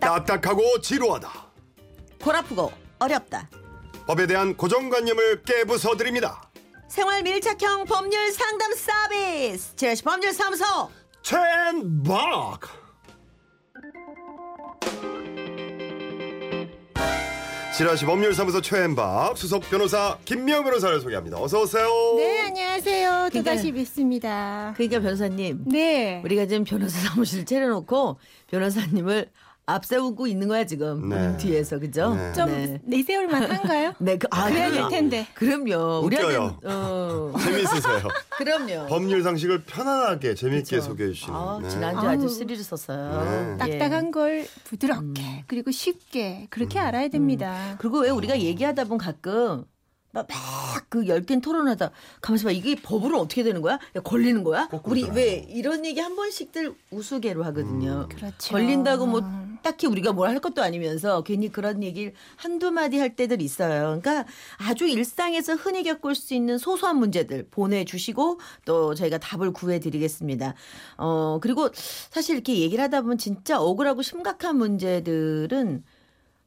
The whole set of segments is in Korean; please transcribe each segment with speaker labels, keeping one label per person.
Speaker 1: 딱딱하고 지루하다.
Speaker 2: 골아프고 어렵다.
Speaker 1: 법에 대한 고정관념을 깨부숴 드립니다.
Speaker 2: 생활 밀착형 법률 상담 서비스 지라시 법률사무소
Speaker 1: 첸박. 지라시 법률사무소 최앤박 수석 변호사 김미영 변호사를 소개합니다. 어서 오세요.
Speaker 3: 네, 안녕하세요. 또
Speaker 4: 그러니까-
Speaker 3: 다시 뵙습니다.
Speaker 4: 그러니까 변호사님,
Speaker 3: 네.
Speaker 4: 우리가 지금 변호사 사무실 차려놓고 변호사님을 앞세우고 있는 거야 지금
Speaker 1: 네.
Speaker 4: 뒤에서 그죠?
Speaker 1: 네.
Speaker 3: 좀
Speaker 4: 네.
Speaker 3: 내세울만 한가요?
Speaker 4: 네, 그, 아,
Speaker 3: 그래야
Speaker 4: 그럼요.
Speaker 3: 될 텐데.
Speaker 4: 그럼요. 우리한테
Speaker 1: 웃겨요.
Speaker 4: 어,
Speaker 1: 재미있으세요.
Speaker 4: 그럼요.
Speaker 1: 법률 상식을 편안하게 재미있게 소개해 주시는.
Speaker 4: 아,
Speaker 1: 네.
Speaker 4: 지난주
Speaker 3: 아우.
Speaker 4: 아주 스릴을 썼어요.
Speaker 1: 네.
Speaker 4: 예.
Speaker 3: 딱딱한 걸 부드럽게
Speaker 4: 음.
Speaker 3: 그리고 쉽게 그렇게 알아야 됩니다.
Speaker 4: 그리고 왜 우리가 얘기하다 보면 가끔 막그 열띤 토론하다 가만있어 봐 이게 법으로 어떻게 되는 거야? 야, 걸리는 거야?
Speaker 1: 거꾸로
Speaker 4: 우리
Speaker 1: 되나요?
Speaker 4: 왜 이런 얘기 한 번씩들 우스개로 하거든요.
Speaker 3: 그렇죠.
Speaker 4: 걸린다고 뭐 딱히 우리가 뭘 할 것도 아니면서 괜히 그런 얘기를 한두 마디 할 때들 있어요. 그러니까 아주 일상에서 흔히 겪을 수 있는 소소한 문제들 보내주시고 또 저희가 답을 구해드리겠습니다. 어, 그리고 사실 이렇게 얘기를 하다 보면 진짜 억울하고 심각한 문제들은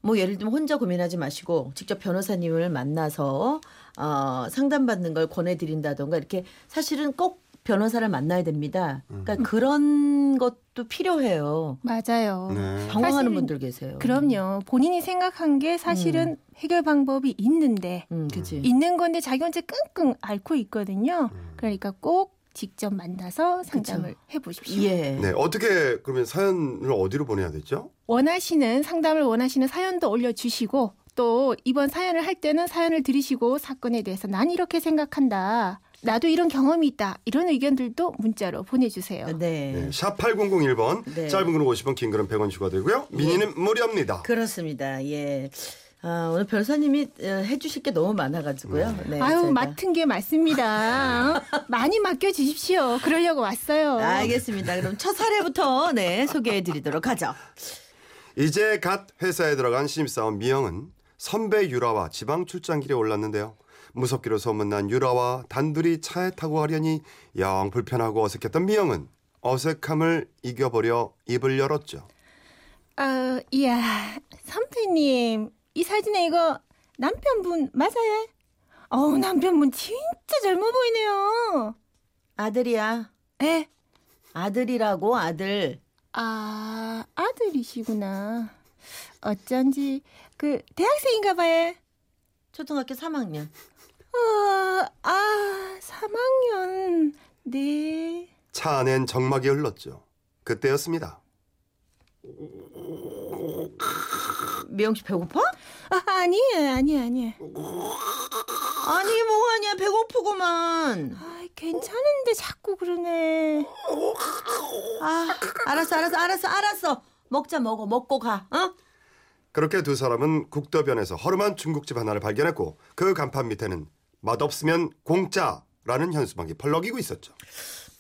Speaker 4: 뭐 예를 들면 혼자 고민하지 마시고 직접 변호사님을 만나서 어, 상담받는 걸 권해드린다던가 이렇게 사실은 꼭 변호사를 만나야 됩니다. 그러니까 그런 것도 필요해요.
Speaker 3: 맞아요.
Speaker 1: 네.
Speaker 4: 당황하는
Speaker 3: 사실은-
Speaker 4: 분들 계세요.
Speaker 3: 그럼요. 본인이 생각한 게 사실은 해결 방법이 있는데
Speaker 4: 음, 음. 그치.
Speaker 3: 있는 건데 자기 혼자 끙끙 앓고 있거든요. 그러니까 꼭 직접 만나서 상담을 해보십시오.
Speaker 4: 예.
Speaker 1: 네, 어떻게 그러면 사연을 어디로 보내야 되죠?
Speaker 3: 원하시는 상담을 원하시는 사연도 올려주시고 또 이번 사연을 할 때는 사연을 들으시고 사건에 대해서 난 이렇게 생각한다. 나도 이런 경험이 있다. 이런 의견들도 문자로 보내주세요.
Speaker 4: 네.
Speaker 1: 네, 샵 8001번
Speaker 4: 네.
Speaker 1: 짧은 글은 50원 긴 글은 100원 추가 되고요. 미니는 무료입니다.
Speaker 4: 그렇습니다. 예. 아, 오늘 변호사님이 어, 해주실 게 너무 많아가지고요. 네,
Speaker 3: 아유
Speaker 4: 저희가.
Speaker 3: 맡은 게 맞습니다. 어? 많이 맡겨 주십시오. 그러려고 왔어요.
Speaker 4: 아, 알겠습니다. 그럼 첫 사례부터 네 소개해드리도록 하죠.
Speaker 1: 이제 갓 회사에 들어간 신입사원 미영은 선배 유라와 지방 출장길에 올랐는데요. 무섭기로 소문난 유라와 단둘이 차에 타고 가려니 영 불편하고 어색했던 미영은 어색함을 이겨버려 입을 열었죠.
Speaker 3: 아, 이야 선배님 이 사진에 이거 남편분 맞아요? 어우 남편분 진짜 젊어 보이네요. 예,
Speaker 4: 아들이야.
Speaker 3: 에?
Speaker 4: 아들이라고 아들.
Speaker 3: 아, 아들이시구나. 어쩐지 그 대학생인가 봐요.
Speaker 4: 초등학교 3학년.
Speaker 3: 어, 아, 3학년. 네.
Speaker 1: 차 안엔 정막이 흘렀죠. 그때였습니다.
Speaker 4: 미영 씨 배고파?
Speaker 3: 아, 아니에요. 아니에요. 아니에요.
Speaker 4: 아니 뭐하냐 배고프구만.
Speaker 3: 아, 괜찮은데 자꾸 그러네.
Speaker 4: 아 알았어 알았어 알았어 알았어. 먹자 먹어 먹고 가. 어?
Speaker 1: 그렇게 두 사람은 국도변에서 허름한 중국집 하나를 발견했고 그 간판 밑에는 맛없으면 공짜라는 현수막이 펄럭이고 있었죠.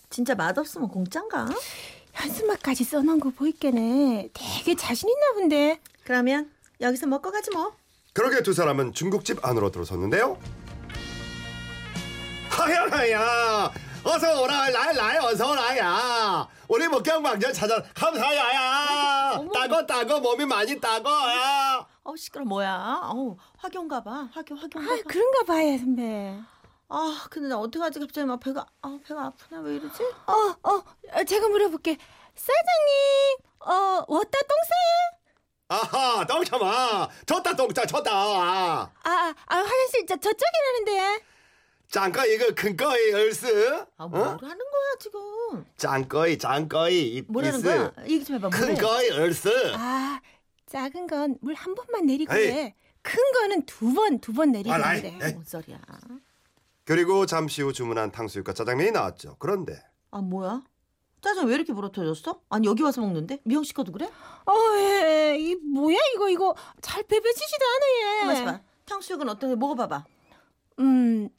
Speaker 4: 진짜 맛없으면 공짠가?
Speaker 3: 현수막까지 써 놓은 거 보이겠네. 되게 자신 있나 본데.
Speaker 4: 그러면 여기서 먹고 가지 뭐.
Speaker 1: 그러게 두 사람은 중국집 안으로 들어섰는데요. 하야야, 어서 오라, 라이 라이 어서 오라야. 우리 목경방전 찾아 감사야야. 따고 따고 몸이 많이 따고야.
Speaker 4: 어 시끄러 뭐야? 어 화교인가 봐. 화교 화교인가
Speaker 3: 아,
Speaker 4: 봐.
Speaker 3: 그런가 봐요, 선배.
Speaker 4: 아 근데 나 어떡하지 갑자기 막 배가 아 배가 아프네 왜 이러지?
Speaker 3: 어, 어, 어, 제가 물어볼게. 사장님, 어, 워따 똥싸요?
Speaker 1: 아하, 똥참아. 졌다 똥짜 졌다.
Speaker 3: 아, 아, 화장실 저, 저쪽이라는데.
Speaker 1: 짱꺼이 이거 큰 거이 얼스.
Speaker 4: 아
Speaker 1: 어?
Speaker 4: 뭐라는 거야 지금?
Speaker 1: 짱꺼이 짱꺼이 이-
Speaker 4: 뭐라는
Speaker 1: 이스.
Speaker 4: 거야? 네. 얘기 좀 해봐.
Speaker 1: 큰
Speaker 4: 뭐래?
Speaker 1: 거이 얼스.
Speaker 3: 아, 작은 건 물 한 번만 내리고
Speaker 1: 에이.
Speaker 3: 해. 큰 거는 두 번, 두 번 내리고
Speaker 1: 아,
Speaker 3: 해.
Speaker 1: 라이. 에이.
Speaker 4: 뭔 소리야?
Speaker 1: 그리고 잠시 후 주문한 탕수육과 짜장면이 나왔죠. 그런데
Speaker 4: 아 뭐야? 짜장 왜 이렇게 부러터졌어? 아니 여기 와서 먹는데 미영 씨 거도 그래?
Speaker 3: 어, 예, 이 뭐야 이거 이거 잘 배배치지도 않아
Speaker 4: 가만있어
Speaker 3: 얘.
Speaker 4: 봐. 탕수육은 어떤데 먹어봐봐.
Speaker 3: 음,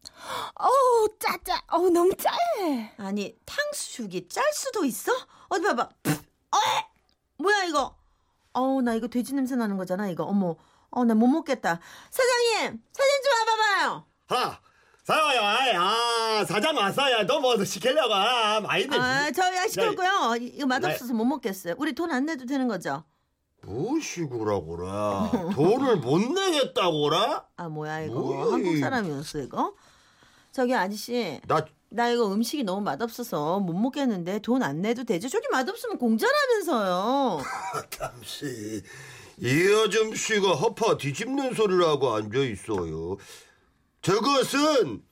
Speaker 3: 어우 짜짜, 어우 너무 짜해.
Speaker 4: 아니 탕수육이 짤 수도 있어? 어디 봐봐. 푹! 어! 뭐야 이거? 어우 나 이거 돼지 냄새 나는 거잖아 이거. 어머. 어 나 못 먹겠다. 사장님 사진 좀 와봐봐요.
Speaker 1: 하! 사와요, 아야! 사장 왔어요. 또 뭐 시키려고, 아, 많이들.
Speaker 4: 아, 저야 시끄럽고요. 이거
Speaker 1: 네.
Speaker 4: 맛없어서 못 먹겠어요. 우리 돈 안 내도 되는 거죠?
Speaker 1: 뭐 무시구라 고라 돈을 못 내겠다고라
Speaker 4: 아 뭐야 이거
Speaker 1: 뭐야,
Speaker 4: 한국
Speaker 1: 이-
Speaker 4: 사람이었어 이거? 저기 아저씨
Speaker 1: 나
Speaker 4: 나 이거 음식이 너무 맛없어서 못 먹겠는데 돈 안 내도 되지? 저기 맛없으면 공짜라면서요.
Speaker 1: 잠시 이 아줌씨가 허파 뒤집는 소리를 하고 앉아 있어요. 저것은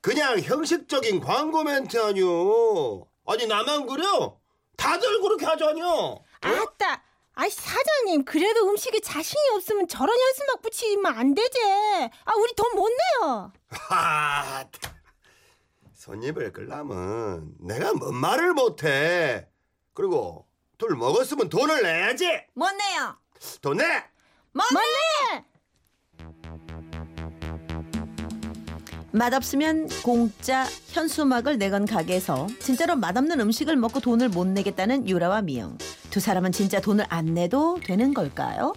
Speaker 1: 그냥 형식적인 광고 멘트 아니요. 아니 나만 그래요? 다들 그렇게 하잖요.
Speaker 3: 아따, 아이 사장님 그래도 음식에 자신이 없으면 저런 연습 막 붙이면 안 되지. 아 우리 돈 못 내요.
Speaker 1: 하. 참. 손님을 끌라면 내가 뭔 말을 못해. 그리고 둘 먹었으면 돈을 내야지.
Speaker 4: 못 내요.
Speaker 1: 돈 내.
Speaker 3: 몰래.
Speaker 4: 맛없으면 공짜 현수막을 내건 가게에서 진짜로 맛없는 음식을 먹고 돈을 못 내겠다는 유라와 미영. 두 사람은 진짜 돈을 안 내도 되는 걸까요?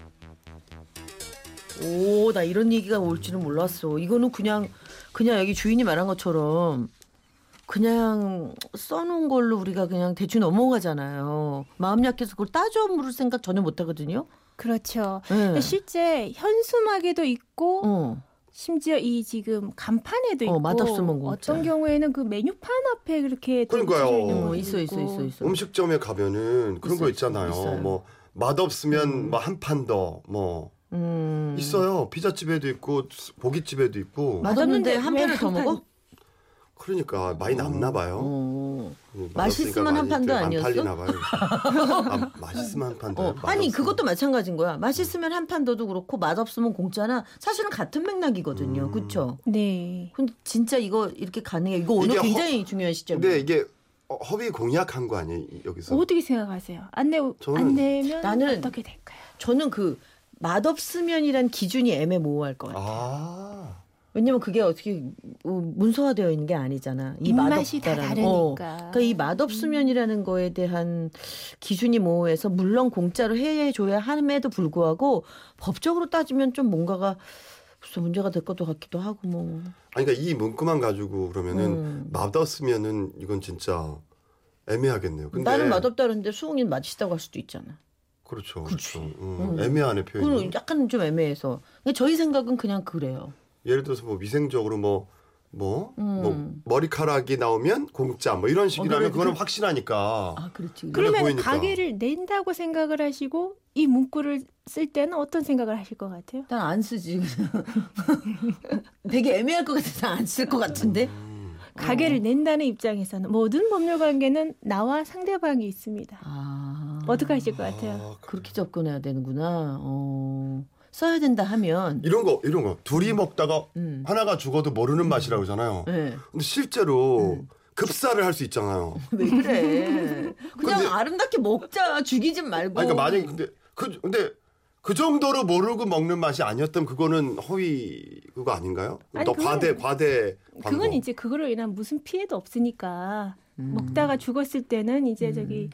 Speaker 4: 오, 나 이런 얘기가 올 줄은 몰랐어. 이거는 그냥 그냥 여기 주인이 말한 것처럼 그냥 써놓은 걸로 우리가 그냥 대충 넘어가잖아요. 마음 약해서 그걸 따져 물을 생각 전혀 못 하거든요.
Speaker 3: 그렇죠.
Speaker 4: 예.
Speaker 3: 실제 현수막에도 있고
Speaker 4: 어.
Speaker 3: 심지어 이 지금
Speaker 4: 어,
Speaker 3: 간판에도 있고
Speaker 4: 맛없으면 공짜.
Speaker 3: 어떤 경우에는 그 메뉴판 앞에 그렇게 또
Speaker 1: 그러니까요.
Speaker 3: 붙여져 있는
Speaker 1: 어,
Speaker 4: 어,
Speaker 3: 것도
Speaker 4: 있어 있어
Speaker 3: 있고.
Speaker 4: 있어 있어.
Speaker 1: 음식점에 가면은 그런 거
Speaker 4: 있어요.
Speaker 1: 있잖아요.
Speaker 4: 있어요.
Speaker 1: 뭐 맛없으면 뭐 한 판 더 뭐
Speaker 4: 음.
Speaker 1: 있어요. 피자집에도 있고 고깃집에도 있고.
Speaker 4: 맛없는데 한
Speaker 3: 맛없는데
Speaker 4: 배를 더
Speaker 3: 왜 한
Speaker 4: 먹어?
Speaker 1: 그러니까 많이 남나 봐요. 음,
Speaker 4: 어.
Speaker 1: 맛없으니까
Speaker 4: 맛있으면 한
Speaker 1: 많이
Speaker 4: 판도
Speaker 1: 안
Speaker 4: 아니었어?
Speaker 1: 팔리나 봐요. 아, 맛있으면 한 판 더.
Speaker 4: 어, 아니 그것도 마찬가지인 거야. 맛있으면 한 판더도 그렇고 맛없으면 공짜나 사실은 같은 맥락이거든요.
Speaker 1: 음.
Speaker 4: 그렇죠?
Speaker 3: 네.
Speaker 4: 근데 진짜 이거 이렇게 가능해. 이거 오늘
Speaker 1: 이게 허-
Speaker 4: 굉장히 중요한 시점.
Speaker 1: 근데 이게 어, 허위 공약한 거 아니에요 여기서?
Speaker 3: 어떻게 생각하세요? 안, 내,
Speaker 1: 저는-
Speaker 3: 안 내면
Speaker 4: 나는-
Speaker 3: 어떻게 될까요?
Speaker 4: 저는 그 맛없으면이란 기준이 애매모호할 것 같아.
Speaker 1: 아
Speaker 4: 왜냐면 그게 어떻게 어, 문서화되어 있는 게 아니잖아. 이
Speaker 3: 입맛이
Speaker 4: 맛없다라는.
Speaker 3: 다
Speaker 4: 어.
Speaker 3: 다르니까.
Speaker 4: 그러니까 이 맛없으면이라는 거에 대한 기준이 모호해서 물론 공짜로 해줘야 함에도 불구하고 법적으로 따지면 좀 뭔가가 무슨 문제가 될 것도 같기도 하고 뭐.
Speaker 1: 아니 그러니까 이 문구만 가지고 그러면은
Speaker 4: 음.
Speaker 1: 맛없으면은 이건 진짜 애매하겠네요. 근데
Speaker 4: 나는 맛없다는데 수홍이는 맛있다고 할 수도 있잖아.
Speaker 1: 그렇죠.
Speaker 4: 그치.
Speaker 1: 그렇죠. 음,
Speaker 4: 음.
Speaker 1: 애매하네 표현이.
Speaker 4: 그건 약간 좀 애매해서. 근데 저희 생각은 그냥 그래요.
Speaker 1: 예를 들어서 뭐 위생적으로 뭐, 뭐,
Speaker 4: 음. 어,
Speaker 1: 뭐 머리카락이 나오면 공짜 뭐 이런 식이라면
Speaker 4: 그래,
Speaker 1: 그거는
Speaker 4: 그래.
Speaker 1: 확실하니까
Speaker 4: 아, 그렇지.
Speaker 1: 그래.
Speaker 3: 그러면
Speaker 1: 보이니까.
Speaker 3: 가게를 낸다고 생각을 하시고 이 문구를 쓸 때는 어떤 생각을 하실 것 같아요?
Speaker 4: 난 안 쓰지. 그냥. 되게 애매할 것 같아서 안 쓸 것 같은데.
Speaker 1: 음.
Speaker 4: 그
Speaker 3: 가게를
Speaker 4: 어.
Speaker 3: 낸다는 입장에서는 모든 법률 관계는 나와 상대방이 있습니다.
Speaker 4: 아.
Speaker 3: 어떻게 하실 것 같아요?
Speaker 1: 아, 그-
Speaker 4: 그렇게 접근해야 되는구나. 어. 써야 된다 하면.
Speaker 1: 이런 거 이런 거 둘이 먹다가
Speaker 4: 음.
Speaker 1: 하나가 죽어도 모르는 맛이라고 하잖아요.
Speaker 4: 예.
Speaker 1: 근데 실제로
Speaker 4: 음.
Speaker 1: 급사를 할 수 있잖아요.
Speaker 4: 왜 그래? 그냥
Speaker 1: 근데-
Speaker 4: 아름답게 먹자. 죽이지 말고.
Speaker 1: 아니, 그러니까 만약에 근데 그 근데 그 정도로 모르고 먹는 맛이 아니었다면 그거는 허위 그거 아닌가요?
Speaker 3: 아니,
Speaker 1: 또
Speaker 3: 그건-
Speaker 1: 과대 과대 광고.
Speaker 3: 그건 이제 그거로 인한 무슨 피해도 없으니까
Speaker 4: 음.
Speaker 3: 먹다가 죽었을 때는 이제 저기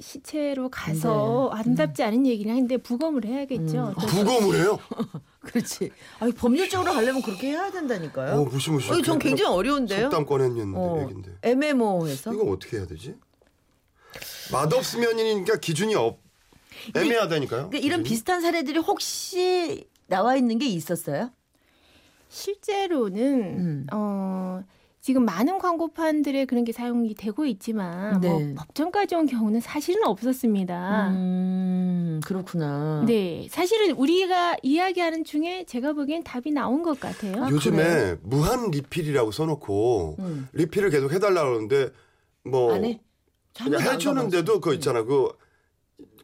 Speaker 3: 시체로 가서 아름답지 않은 얘기긴 한데 부검을 해야겠죠.
Speaker 4: 음.
Speaker 3: 어쩔 수
Speaker 1: 부검을 해요?
Speaker 4: 그렇지. 아니, 법률적으로 하려면 그렇게 해야 된다니까요.
Speaker 1: 어 무시무시.
Speaker 4: 어, 전 굉장히 어려운데요.
Speaker 1: 속담 꺼냈는데
Speaker 4: 어,
Speaker 1: 얘긴데.
Speaker 4: 애매모호해서
Speaker 1: 이거 어떻게 해야 되지? 맛없으면이니까 기준이 없 애매하다니까요.
Speaker 4: 그러니까 이런
Speaker 1: 기준이?
Speaker 4: 비슷한 사례들이 혹시 나와 있는 게 있었어요?
Speaker 3: 실제로는
Speaker 4: 음.
Speaker 3: 어 지금 많은 광고판들의 그런 게 사용이 되고 있지만
Speaker 4: 네.
Speaker 3: 뭐 법정까지 온 경우는 사실은 없었습니다.
Speaker 4: 음 그렇구나.
Speaker 3: 아. 네, 사실은 우리가 이야기하는 중에 제가 보기엔 답이 나온 것 같아요.
Speaker 4: 아,
Speaker 1: 요즘에
Speaker 4: 그래요?
Speaker 1: 무한 리필이라고 써놓고
Speaker 4: 음.
Speaker 1: 리필을 계속 해달라 그러는데 뭐
Speaker 4: 안 해.
Speaker 1: 그냥 해주는데도 그거 있잖아 그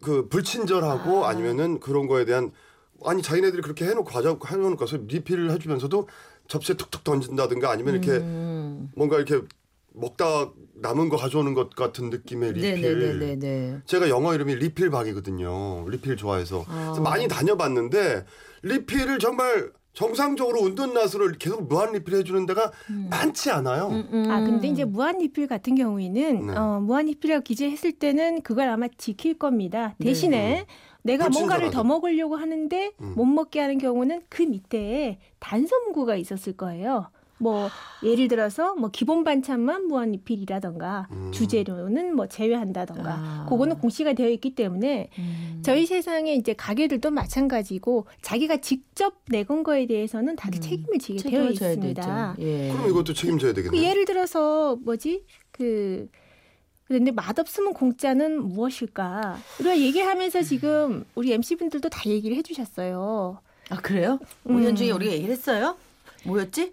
Speaker 1: 그 불친절하고
Speaker 4: 아.
Speaker 1: 아. 니면은 그런 거에 대한 아니 자기네들이 그렇게 해놓고 과자 해놓고 서 리필을 해주면서도 접시에 툭툭 던진다든가 아니면 이렇게
Speaker 3: 음.
Speaker 4: 음.
Speaker 1: 뭔가 이렇게 먹다 남은 거 가져오는 것 같은 느낌의
Speaker 3: 네,
Speaker 1: 리필
Speaker 4: 네, 네네네네.
Speaker 1: 제가 영어 이름이 리필박이거든요. 리필 좋아해서 그래서
Speaker 4: 아.
Speaker 1: 많이 다녀봤는데 리필을 정말 정상적으로 운전나수를 계속 무한 리필 해주는 데가
Speaker 3: 음.
Speaker 1: 많지 않아요.
Speaker 4: 음.
Speaker 3: 아, 근데 이제 무한리필 같은 경우에는
Speaker 1: 네.
Speaker 3: 어, 무한리필이라고 기재했을 때는 그걸 아마 지킬 겁니다.
Speaker 4: 네,
Speaker 3: 대신에 내가 뭔가를 더
Speaker 1: 불친절하죠.
Speaker 3: 먹으려고 하는데
Speaker 1: 음.
Speaker 3: 못 먹게 하는 경우는 그 밑에 단서 문구가 있었을 거예요. 뭐 예를 들어서 뭐 기본 반찬만 무한리필이라던가
Speaker 1: 음.
Speaker 3: 주재료는 뭐 제외한다던가
Speaker 4: 아. 음.
Speaker 3: 그거는 공시가 되어 있기 때문에 저희 세상에 이제 가게들도 마찬가지고 자기가 직접 내건 거에 대해서는 다들 책임을 지게
Speaker 4: 음.
Speaker 3: 되어
Speaker 4: 책임을 져야
Speaker 3: 있습니다.
Speaker 4: 되죠. 예.
Speaker 1: 그럼 이것도 책임져야
Speaker 3: 그
Speaker 1: 되겠네요.
Speaker 3: 예를 들어서 뭐지 그 그런데 맛없으면 공짜는 무엇일까? 우리가 얘기하면서 지금 우리 MC 분들도 다 얘기를 해주셨어요.
Speaker 4: 아 그래요? 오년 중에 우리가 얘기를 했어요? 뭐였지?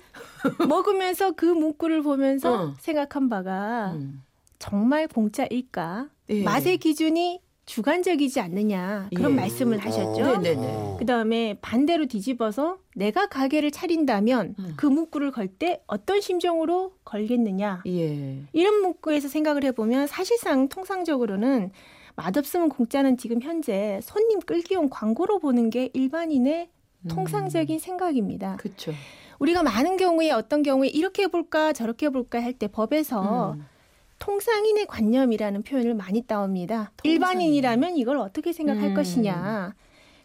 Speaker 3: 먹으면서 그 문구를 보면서
Speaker 4: 어.
Speaker 3: 생각한 바가
Speaker 4: 음.
Speaker 3: 정말 공짜일까?
Speaker 4: 예.
Speaker 3: 맛의 기준이 주관적이지 않느냐 그런
Speaker 4: 예.
Speaker 3: 말씀을
Speaker 1: 어,
Speaker 3: 하셨죠.
Speaker 4: 네네.
Speaker 1: 어.
Speaker 3: 그 다음에 반대로 뒤집어서 내가 가게를 차린다면
Speaker 4: 음.
Speaker 3: 그 문구를 걸 때 어떤 심정으로 걸겠느냐
Speaker 4: 예.
Speaker 3: 이런 문구에서 생각을 해보면 사실상 통상적으로는 맛없으면 공짜는 지금 현재 손님 끌기용 광고로 보는 게 일반인의
Speaker 4: 음.
Speaker 3: 통상적인 생각입니다.
Speaker 4: 그렇죠.
Speaker 3: 우리가 많은 경우에 어떤 경우에 이렇게 해볼까 저렇게 해볼까 할 때 법에서
Speaker 4: 음.
Speaker 3: 통상인의 관념이라는 표현을 많이 따옵니다.
Speaker 4: 통상인.
Speaker 3: 일반인이라면 이걸 어떻게 생각할
Speaker 4: 음.
Speaker 3: 것이냐.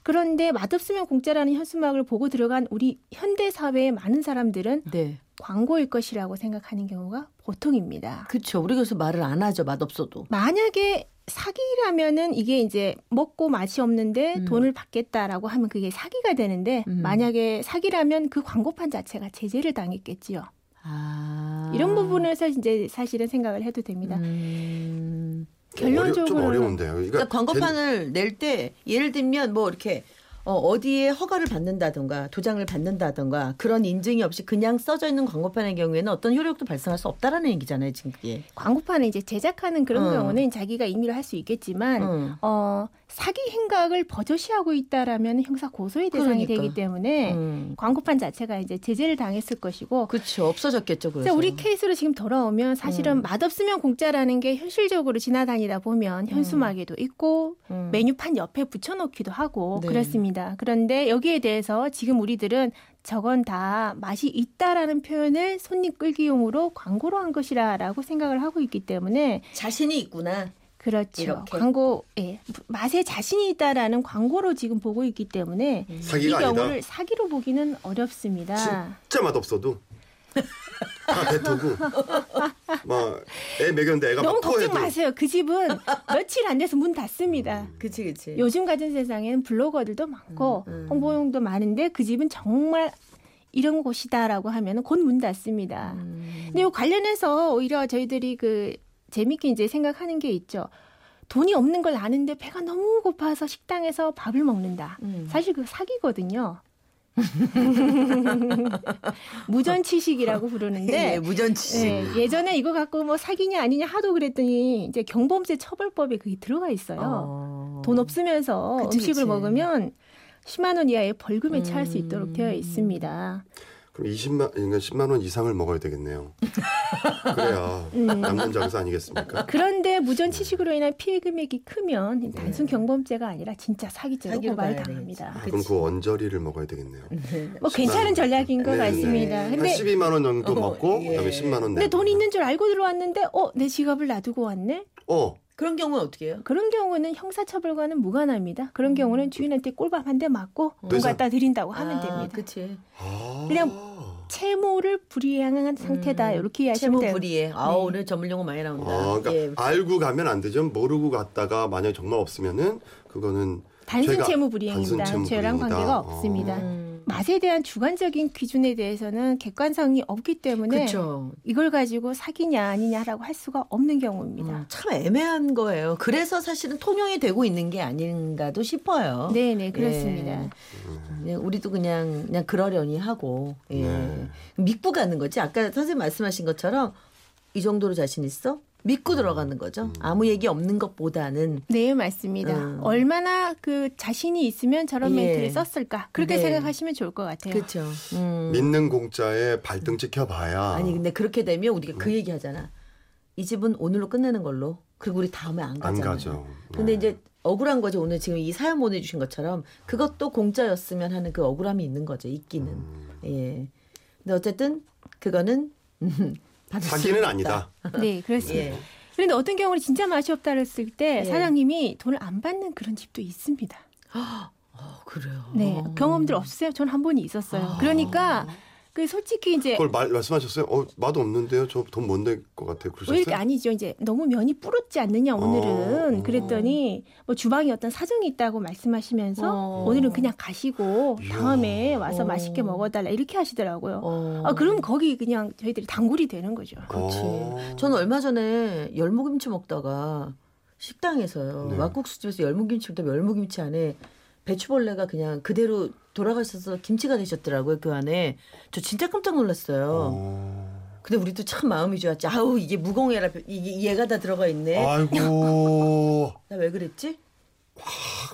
Speaker 3: 그런데 맛없으면 공짜라는 현수막을 보고 들어간 우리 현대 사회의 많은 사람들은
Speaker 4: 네.
Speaker 3: 광고일 것이라고 생각하는 경우가 보통입니다.
Speaker 4: 그렇죠. 우리 그래서 말을 안 하죠. 맛없어도.
Speaker 3: 만약에 사기라면은 이게 이제 먹고 맛이 없는데
Speaker 4: 음.
Speaker 3: 돈을 받겠다라고 하면 그게 사기가 되는데
Speaker 4: 음.
Speaker 3: 만약에 사기라면 그 광고판 자체가 제재를 당했겠지요.
Speaker 4: 아.
Speaker 3: 이런 부분에서 이제 사실은 생각을 해도 됩니다.
Speaker 4: 음.
Speaker 1: 어려, 좀
Speaker 3: 결론적으로는-
Speaker 1: 어려운데요. 그러니까
Speaker 4: 그러니까 광고판을 낼 때 예를 들면 뭐 이렇게 어, 어디에 허가를 받는다든가 도장을 받는다든가 그런 인증이 없이 그냥 써져 있는 광고판의 경우에는 어떤 효력도 발생할 수 없다라는 얘기잖아요 지금 그게.
Speaker 3: 광고판을 이제 제작하는 그런
Speaker 4: 어.
Speaker 3: 경우는 자기가 임의로 할 수 있겠지만
Speaker 4: 음.
Speaker 3: 어, 사기 행각을 버젓이하고 있다라면 형사 고소의 대상이
Speaker 4: 그러니까.
Speaker 3: 되기 때문에
Speaker 4: 음.
Speaker 3: 광고판 자체가 이제 제재를 당했을 것이고
Speaker 4: 그렇죠. 없어졌겠죠.
Speaker 3: 그래서
Speaker 4: 그래서
Speaker 3: 우리 케이스로 지금 돌아오면 사실은
Speaker 4: 음.
Speaker 3: 맛없으면 공짜라는 게 현실적으로 지나다니다 보면
Speaker 4: 네.
Speaker 3: 현수막에도 있고
Speaker 4: 음.
Speaker 3: 메뉴판 옆에 붙여놓기도 하고
Speaker 4: 네.
Speaker 3: 그렇습니다. 그런데 여기에 대해서 지금 우리들은 저건 다 맛이 있다라는 표현을 손님 끌기용으로 광고로 한 것이라라고 생각을 하고 있기 때문에
Speaker 4: 자신이 있구나.
Speaker 3: 그렇죠.
Speaker 4: 이렇게.
Speaker 3: 광고 예, 맛에 자신이 있다라는 광고로 지금 보고 있기 때문에
Speaker 4: 음.
Speaker 3: 이
Speaker 1: 사기가 아니다.
Speaker 3: 경우를 아. 사기로 보기는 어렵습니다.
Speaker 1: 진짜 맛없어도 다 뱉어고 뭐, 막애 먹였는데 애가
Speaker 3: 너무
Speaker 1: 막 토해도
Speaker 3: 걱정 마세요. 그 집은 며칠 안 돼서 문 닫습니다.
Speaker 4: 그치 그치.
Speaker 3: 요즘 같은 세상에는 블로거들도 많고
Speaker 4: 네. 음, 음.
Speaker 3: 홍보용도 많은데 그 집은 정말 이런 곳이다라고 하면 곧 문 닫습니다.
Speaker 4: 음.
Speaker 3: 근데 요 관련해서 오히려 저희들이 그 재밌게 이제 생각하는 게 있죠. 돈이 없는 걸 아는데 배가 너무 고파서 식당에서 밥을 먹는다.
Speaker 4: 음.
Speaker 3: 사실 그거 사기거든요. 무전치식이라고 부르는데
Speaker 4: 예, 무전치식.
Speaker 3: 예, 예전에 이거 갖고 뭐 사기냐 아니냐 하도 그랬더니 이제 경범죄 처벌법에 그게 들어가 있어요.
Speaker 4: 어.
Speaker 3: 돈 없으면서
Speaker 4: 그치,
Speaker 3: 음식을
Speaker 4: 그치.
Speaker 3: 먹으면 10만 원 이하의 벌금에 처할 수
Speaker 4: 음.
Speaker 3: 있도록 되어 있습니다.
Speaker 1: 그럼 20만 그러니까 10만 원 이상을 먹어야 되겠네요. 그래야
Speaker 3: 음.
Speaker 1: 남는 장사 아니겠습니까?
Speaker 3: 그런데 무전치식으로 인한 피해 금액이 크면 단순 경범죄가 아니라 진짜 사기죄로
Speaker 4: 사기로
Speaker 3: 고발
Speaker 4: 가야
Speaker 3: 당합니다.
Speaker 1: 아, 그럼 그 언저리를 먹어야 되겠네요.
Speaker 3: 뭐 괜찮은 전략인
Speaker 1: 네,
Speaker 3: 것
Speaker 1: 네.
Speaker 3: 같습니다.
Speaker 1: 한
Speaker 3: 근데
Speaker 1: 12만 원 정도
Speaker 4: 어,
Speaker 1: 먹고
Speaker 4: 예.
Speaker 1: 그다음에 10만 원.
Speaker 3: 근데
Speaker 1: 내고.
Speaker 3: 돈 있는 줄 알고 들어왔는데 어 내 지갑을 놔두고 왔네.
Speaker 1: 어
Speaker 4: 그런 경우는 어떻게 해요?
Speaker 3: 그런 경우는 형사처벌과는 무관합니다. 그런 경우는 주인한테 꼴밥 한 대 맞고
Speaker 1: 음.
Speaker 3: 돈
Speaker 1: 그래서-
Speaker 3: 갖다 드린다고 뭐 하면
Speaker 4: 아,
Speaker 3: 됩니다.
Speaker 4: 그치.
Speaker 1: 아.
Speaker 3: 그냥 채무를 불이행한 상태다
Speaker 4: 음,
Speaker 3: 이렇게
Speaker 4: 채무
Speaker 3: 이해하시면 돼요.
Speaker 4: 불이에. 아 오늘 전문 용어 많이 나온다.
Speaker 1: 아, 그러니까
Speaker 4: 예.
Speaker 1: 알고 가면 안 되죠. 모르고 갔다가 만약 에 정말 없으면은 그거는
Speaker 3: 단순
Speaker 1: 죄가-
Speaker 3: 채무 불이행입니다.
Speaker 1: 단순 채무
Speaker 3: 죄랑
Speaker 1: 불이행이다.
Speaker 3: 관계가
Speaker 1: 어.
Speaker 3: 없습니다.
Speaker 4: 음.
Speaker 3: 맛에 대한 주관적인 기준에 대해서는 객관성이 없기 때문에
Speaker 4: 그렇죠.
Speaker 3: 이걸 가지고 사기냐 아니냐라고 할 수가 없는 경우입니다.
Speaker 4: 참 애매한 거예요. 그래서 사실은 통용이 되고 있는 게 아닌가도
Speaker 1: 음.
Speaker 4: 싶어요.
Speaker 3: 네네 그렇습니다.
Speaker 4: 예. 그냥 우리도 그냥 그냥 그러려니 하고 예.
Speaker 1: 네.
Speaker 4: 믿고 가는 거지. 아까 선생님 말씀하신 것처럼 이 정도로 자신 있어?
Speaker 1: 음.
Speaker 4: 믿고 들어가는 거죠. 아무 얘기 없는 것보다는
Speaker 3: 네 맞습니다.
Speaker 1: 예.
Speaker 4: 음.
Speaker 3: 얼마나 그 자신이 있으면 저런
Speaker 4: 예.
Speaker 3: 멘트를 썼을까 그렇게
Speaker 4: 네.
Speaker 3: 생각하시면 좋을 것 같아요.
Speaker 4: 그렇죠. 음.
Speaker 1: 믿는 공짜에
Speaker 3: 음.
Speaker 1: 발등 찍혀봐야.
Speaker 4: 아니 근데 그렇게 되면 우리가
Speaker 1: 음.
Speaker 4: 그 얘기 하잖아. 이 집은 오늘로 끝내는 걸로. 그리고 우리 다음에 안
Speaker 1: 안
Speaker 4: 가잖아.
Speaker 1: 가죠. 네.
Speaker 4: 근데 이제 억울한 거죠. 오늘 지금 이 사연 보내주신 것처럼 그것도 공짜였으면 하는 그 억울함이 있는 거죠. 있기는.
Speaker 1: 음.
Speaker 4: 예. 근데 어쨌든 그거는 음, 받을 수
Speaker 1: 사기는
Speaker 4: 없다.
Speaker 1: 아니다.
Speaker 3: 네 그렇습니다.
Speaker 4: 예.
Speaker 3: 그런데 어떤 경우는 진짜 맛이 없다 그랬을 때
Speaker 4: 예.
Speaker 3: 사장님이 돈을 안 받는 그런 집도 있습니다.
Speaker 4: 어, 그래요.
Speaker 1: 아.
Speaker 3: 네 경험들 없으세요? 저는 한 번이 있었어요. 그러니까 그 솔직히 이제
Speaker 1: 그걸 말, 말씀하셨어요? 어, 맛도 없는데요. 저 돈 못 낼 것 같아요.
Speaker 3: 왜 이렇게
Speaker 1: 그러셨어요?
Speaker 3: 아니죠. 이제 너무 면이 뿌듯지 않느냐 오늘은
Speaker 1: 어.
Speaker 3: 그랬더니 뭐 주방에 어떤 사정이 있다고 말씀하시면서
Speaker 4: 어.
Speaker 3: 오늘은 그냥 가시고
Speaker 1: 아. 이야.
Speaker 3: 다음에 와서
Speaker 4: 어.
Speaker 3: 맛있게 먹어달라 이렇게 하시더라고요.
Speaker 4: 어.
Speaker 3: 아 그럼 거기 그냥 저희들이 단골이 되는 거죠.
Speaker 4: 그렇지.
Speaker 1: 어.
Speaker 4: 저는 얼마 전에 열무김치 먹다가 식당에서요.
Speaker 1: 네.
Speaker 4: 막국수집에서 열무김치 먹다 열무김치 안에 배추벌레가 그냥 그대로 돌아가셔서 김치가 되셨더라고요. 그 안에. 저 진짜 깜짝 놀랐어요.
Speaker 1: 어.
Speaker 4: 근데 우리도 참 마음이 좋았지. 아우 이게 무공해라. 이게 얘가 다 들어가 있네.
Speaker 1: 아. 아이고
Speaker 4: 나 왜 그랬지?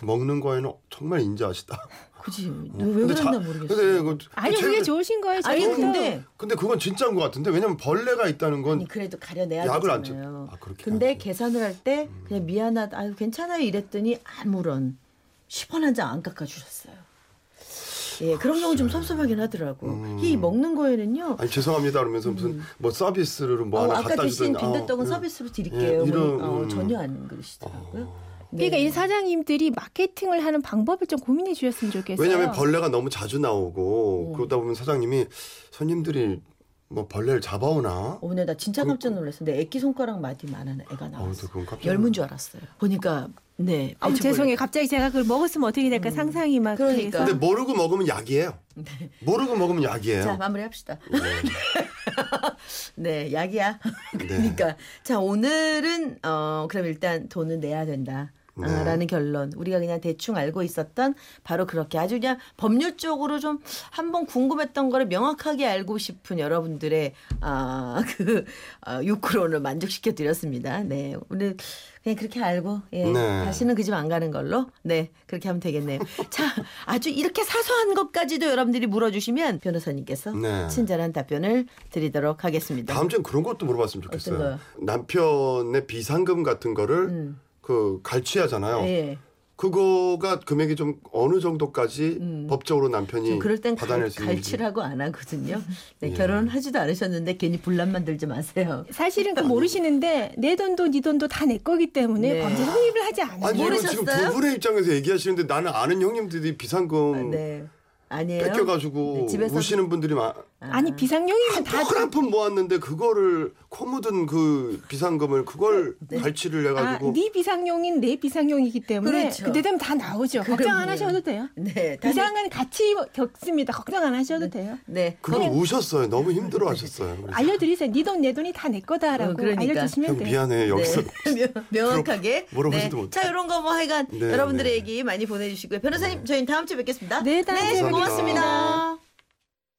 Speaker 1: 먹는 거에는 정말 인자하시다.
Speaker 4: 그지. 너왜
Speaker 1: 자-
Speaker 4: 그랬나 모르겠어.
Speaker 1: 근데 그,
Speaker 3: 아니
Speaker 1: 그
Speaker 3: 그게
Speaker 1: 최근에-
Speaker 3: 좋으신 거예요.
Speaker 4: 아니
Speaker 3: 저희도.
Speaker 4: 근데
Speaker 1: 근데 그건 진짜인 것 같은데 왜냐면 벌레가 있다는 건
Speaker 4: 아니 그래도 가려내야
Speaker 1: 약을 안
Speaker 4: 되잖아요.
Speaker 1: 쳐- 아, 그렇긴
Speaker 4: 근데
Speaker 1: 하지. 음.
Speaker 4: 계산을 할 때 그냥 미안하다. 아유 괜찮아요 이랬더니 아무런 10원 한 장 안 깎아 주셨어요. 예, 그런 경우 좀 섭섭하긴 하더라고. 이 먹는 거에는요.
Speaker 1: 음. 아니 죄송합니다 그러면서 무슨 뭐 서비스로 뭐
Speaker 4: 음. 어,
Speaker 1: 하나
Speaker 4: 아까
Speaker 1: 갖다
Speaker 4: 드신
Speaker 1: 주던
Speaker 4: 빈대떡은
Speaker 1: 아,
Speaker 4: 서비스로 드릴게요.
Speaker 1: 예, 이런,
Speaker 4: 뭐, 어,
Speaker 1: 음. 어.
Speaker 4: 전혀 안 그러시더라고요. 네.
Speaker 3: 그러니까 이 사장님들이 마케팅을 하는 방법을 좀 고민해 주셨으면 좋겠어요.
Speaker 1: 왜냐면 벌레가 너무 자주 나오고
Speaker 4: 네.
Speaker 1: 그러다 보면 사장님이 손님들이 뭐 벌레를 잡아오나
Speaker 4: 오늘 나 진짜 깜짝 놀랐어. 내 애기 손가락 마디 많은 애가 나왔어.
Speaker 1: 아무튼 그러니까. 그건 깜짝
Speaker 4: 열문 줄 알았어요. 보니까 네.
Speaker 3: 아우
Speaker 4: 배추벌레.
Speaker 3: 죄송해요. 갑자기 제가 그걸 먹었으면 어떻게 될까 상상이 막
Speaker 4: 음, 그러니까.
Speaker 1: 근데
Speaker 3: 돼서.
Speaker 1: 모르고 먹으면 약이에요. 모르고 먹으면 약이에요.
Speaker 4: 네. 자 마무리합시다.
Speaker 1: 네.
Speaker 4: 네, 약이야.
Speaker 1: 네.
Speaker 4: 그러니까 자 오늘은 어 그럼 일단 돈은 내야 된다. 아,
Speaker 1: 네.
Speaker 4: 라는 결론. 우리가 그냥 대충 알고 있었던 바로 그렇게 아주 그냥 법률적으로 좀 한번 궁금했던 거를 명확하게 알고 싶은 여러분들의 아, 그 아, 욕구를 오늘 만족시켜 드렸습니다. 네. 오늘 그냥 그렇게 알고 예.
Speaker 1: 네.
Speaker 4: 다시는 그 집 안 가는 걸로. 네. 그렇게 하면 되겠네요. 자, 아주 이렇게 사소한 것까지도 여러분들이 물어 주시면 변호사님께서
Speaker 1: 네.
Speaker 4: 친절한 답변을 드리도록 하겠습니다.
Speaker 1: 다음 주엔 그런 것도 물어봤으면 좋겠어요.
Speaker 4: 어떤 거요?
Speaker 1: 남편의 비상금 같은 거를
Speaker 4: 음.
Speaker 1: 그 갈취하잖아요.
Speaker 4: 예.
Speaker 1: 그거가 금액이 좀 어느 정도까지 법적으로 남편이
Speaker 4: 좀 음. 그럴 땐
Speaker 1: 받아낼 수
Speaker 4: 갈,
Speaker 1: 있는지.
Speaker 4: 칠하고안 하거든요. 네,
Speaker 1: 예.
Speaker 4: 결혼하지도 않으셨는데 괜히 분란 만들지 마세요.
Speaker 3: 사실은 그 모르시는데 내 돈도 네 돈도 다 내 거기 때문에
Speaker 4: 음. 네.
Speaker 3: 범죄 성립을 하지 않아요.
Speaker 1: 아니 이거 지금
Speaker 4: 모르셨어요?
Speaker 1: 두 분의 입장에서 얘기하시는데 나는 아는 형님들이 비상금
Speaker 4: 네. 아니에요.
Speaker 1: 음, 뺏겨가지고
Speaker 4: 네, 집에서-
Speaker 1: 우시는 분들이 마-
Speaker 3: 아니 비상용이면 다
Speaker 1: 큰 한 푼 모았는데 그거를 코 묻은 그 비상금을 그걸
Speaker 4: 네.
Speaker 1: 갈취를
Speaker 3: 아,
Speaker 1: 해가지고
Speaker 3: 네 비상용인 내 비상용이기 때문에
Speaker 4: 그렇죠.
Speaker 3: 그때 되면 다 나오죠. 걱정 안
Speaker 4: 그럼요.
Speaker 3: 하셔도 돼요.
Speaker 4: 네. 다시-
Speaker 3: 비상은 같이 겪습니다. 걱정 안 하셔도 돼요.
Speaker 4: 네.
Speaker 1: 그걸 우셨어요. 너무 힘들어하셨어요. 그래서
Speaker 3: 알려드리세요. 네 돈 내 돈이 다 내 거다라고
Speaker 4: 어, 그러니까.
Speaker 3: 알려주시면
Speaker 1: 형
Speaker 3: 돼요.
Speaker 1: 미안해 여기서
Speaker 4: 네. 명- 명확하게
Speaker 1: 물어보지도
Speaker 4: 네.
Speaker 1: 못해.
Speaker 4: 자 이런 거 뭐 하여간
Speaker 1: 네,
Speaker 4: 여러분들의
Speaker 1: 네.
Speaker 4: 얘기 많이 보내주시고요 변호사님 저희는 다음 주에 뵙겠습니다
Speaker 3: 네, 다음 주에
Speaker 4: 고맙습니다
Speaker 1: 뵙겠습니다.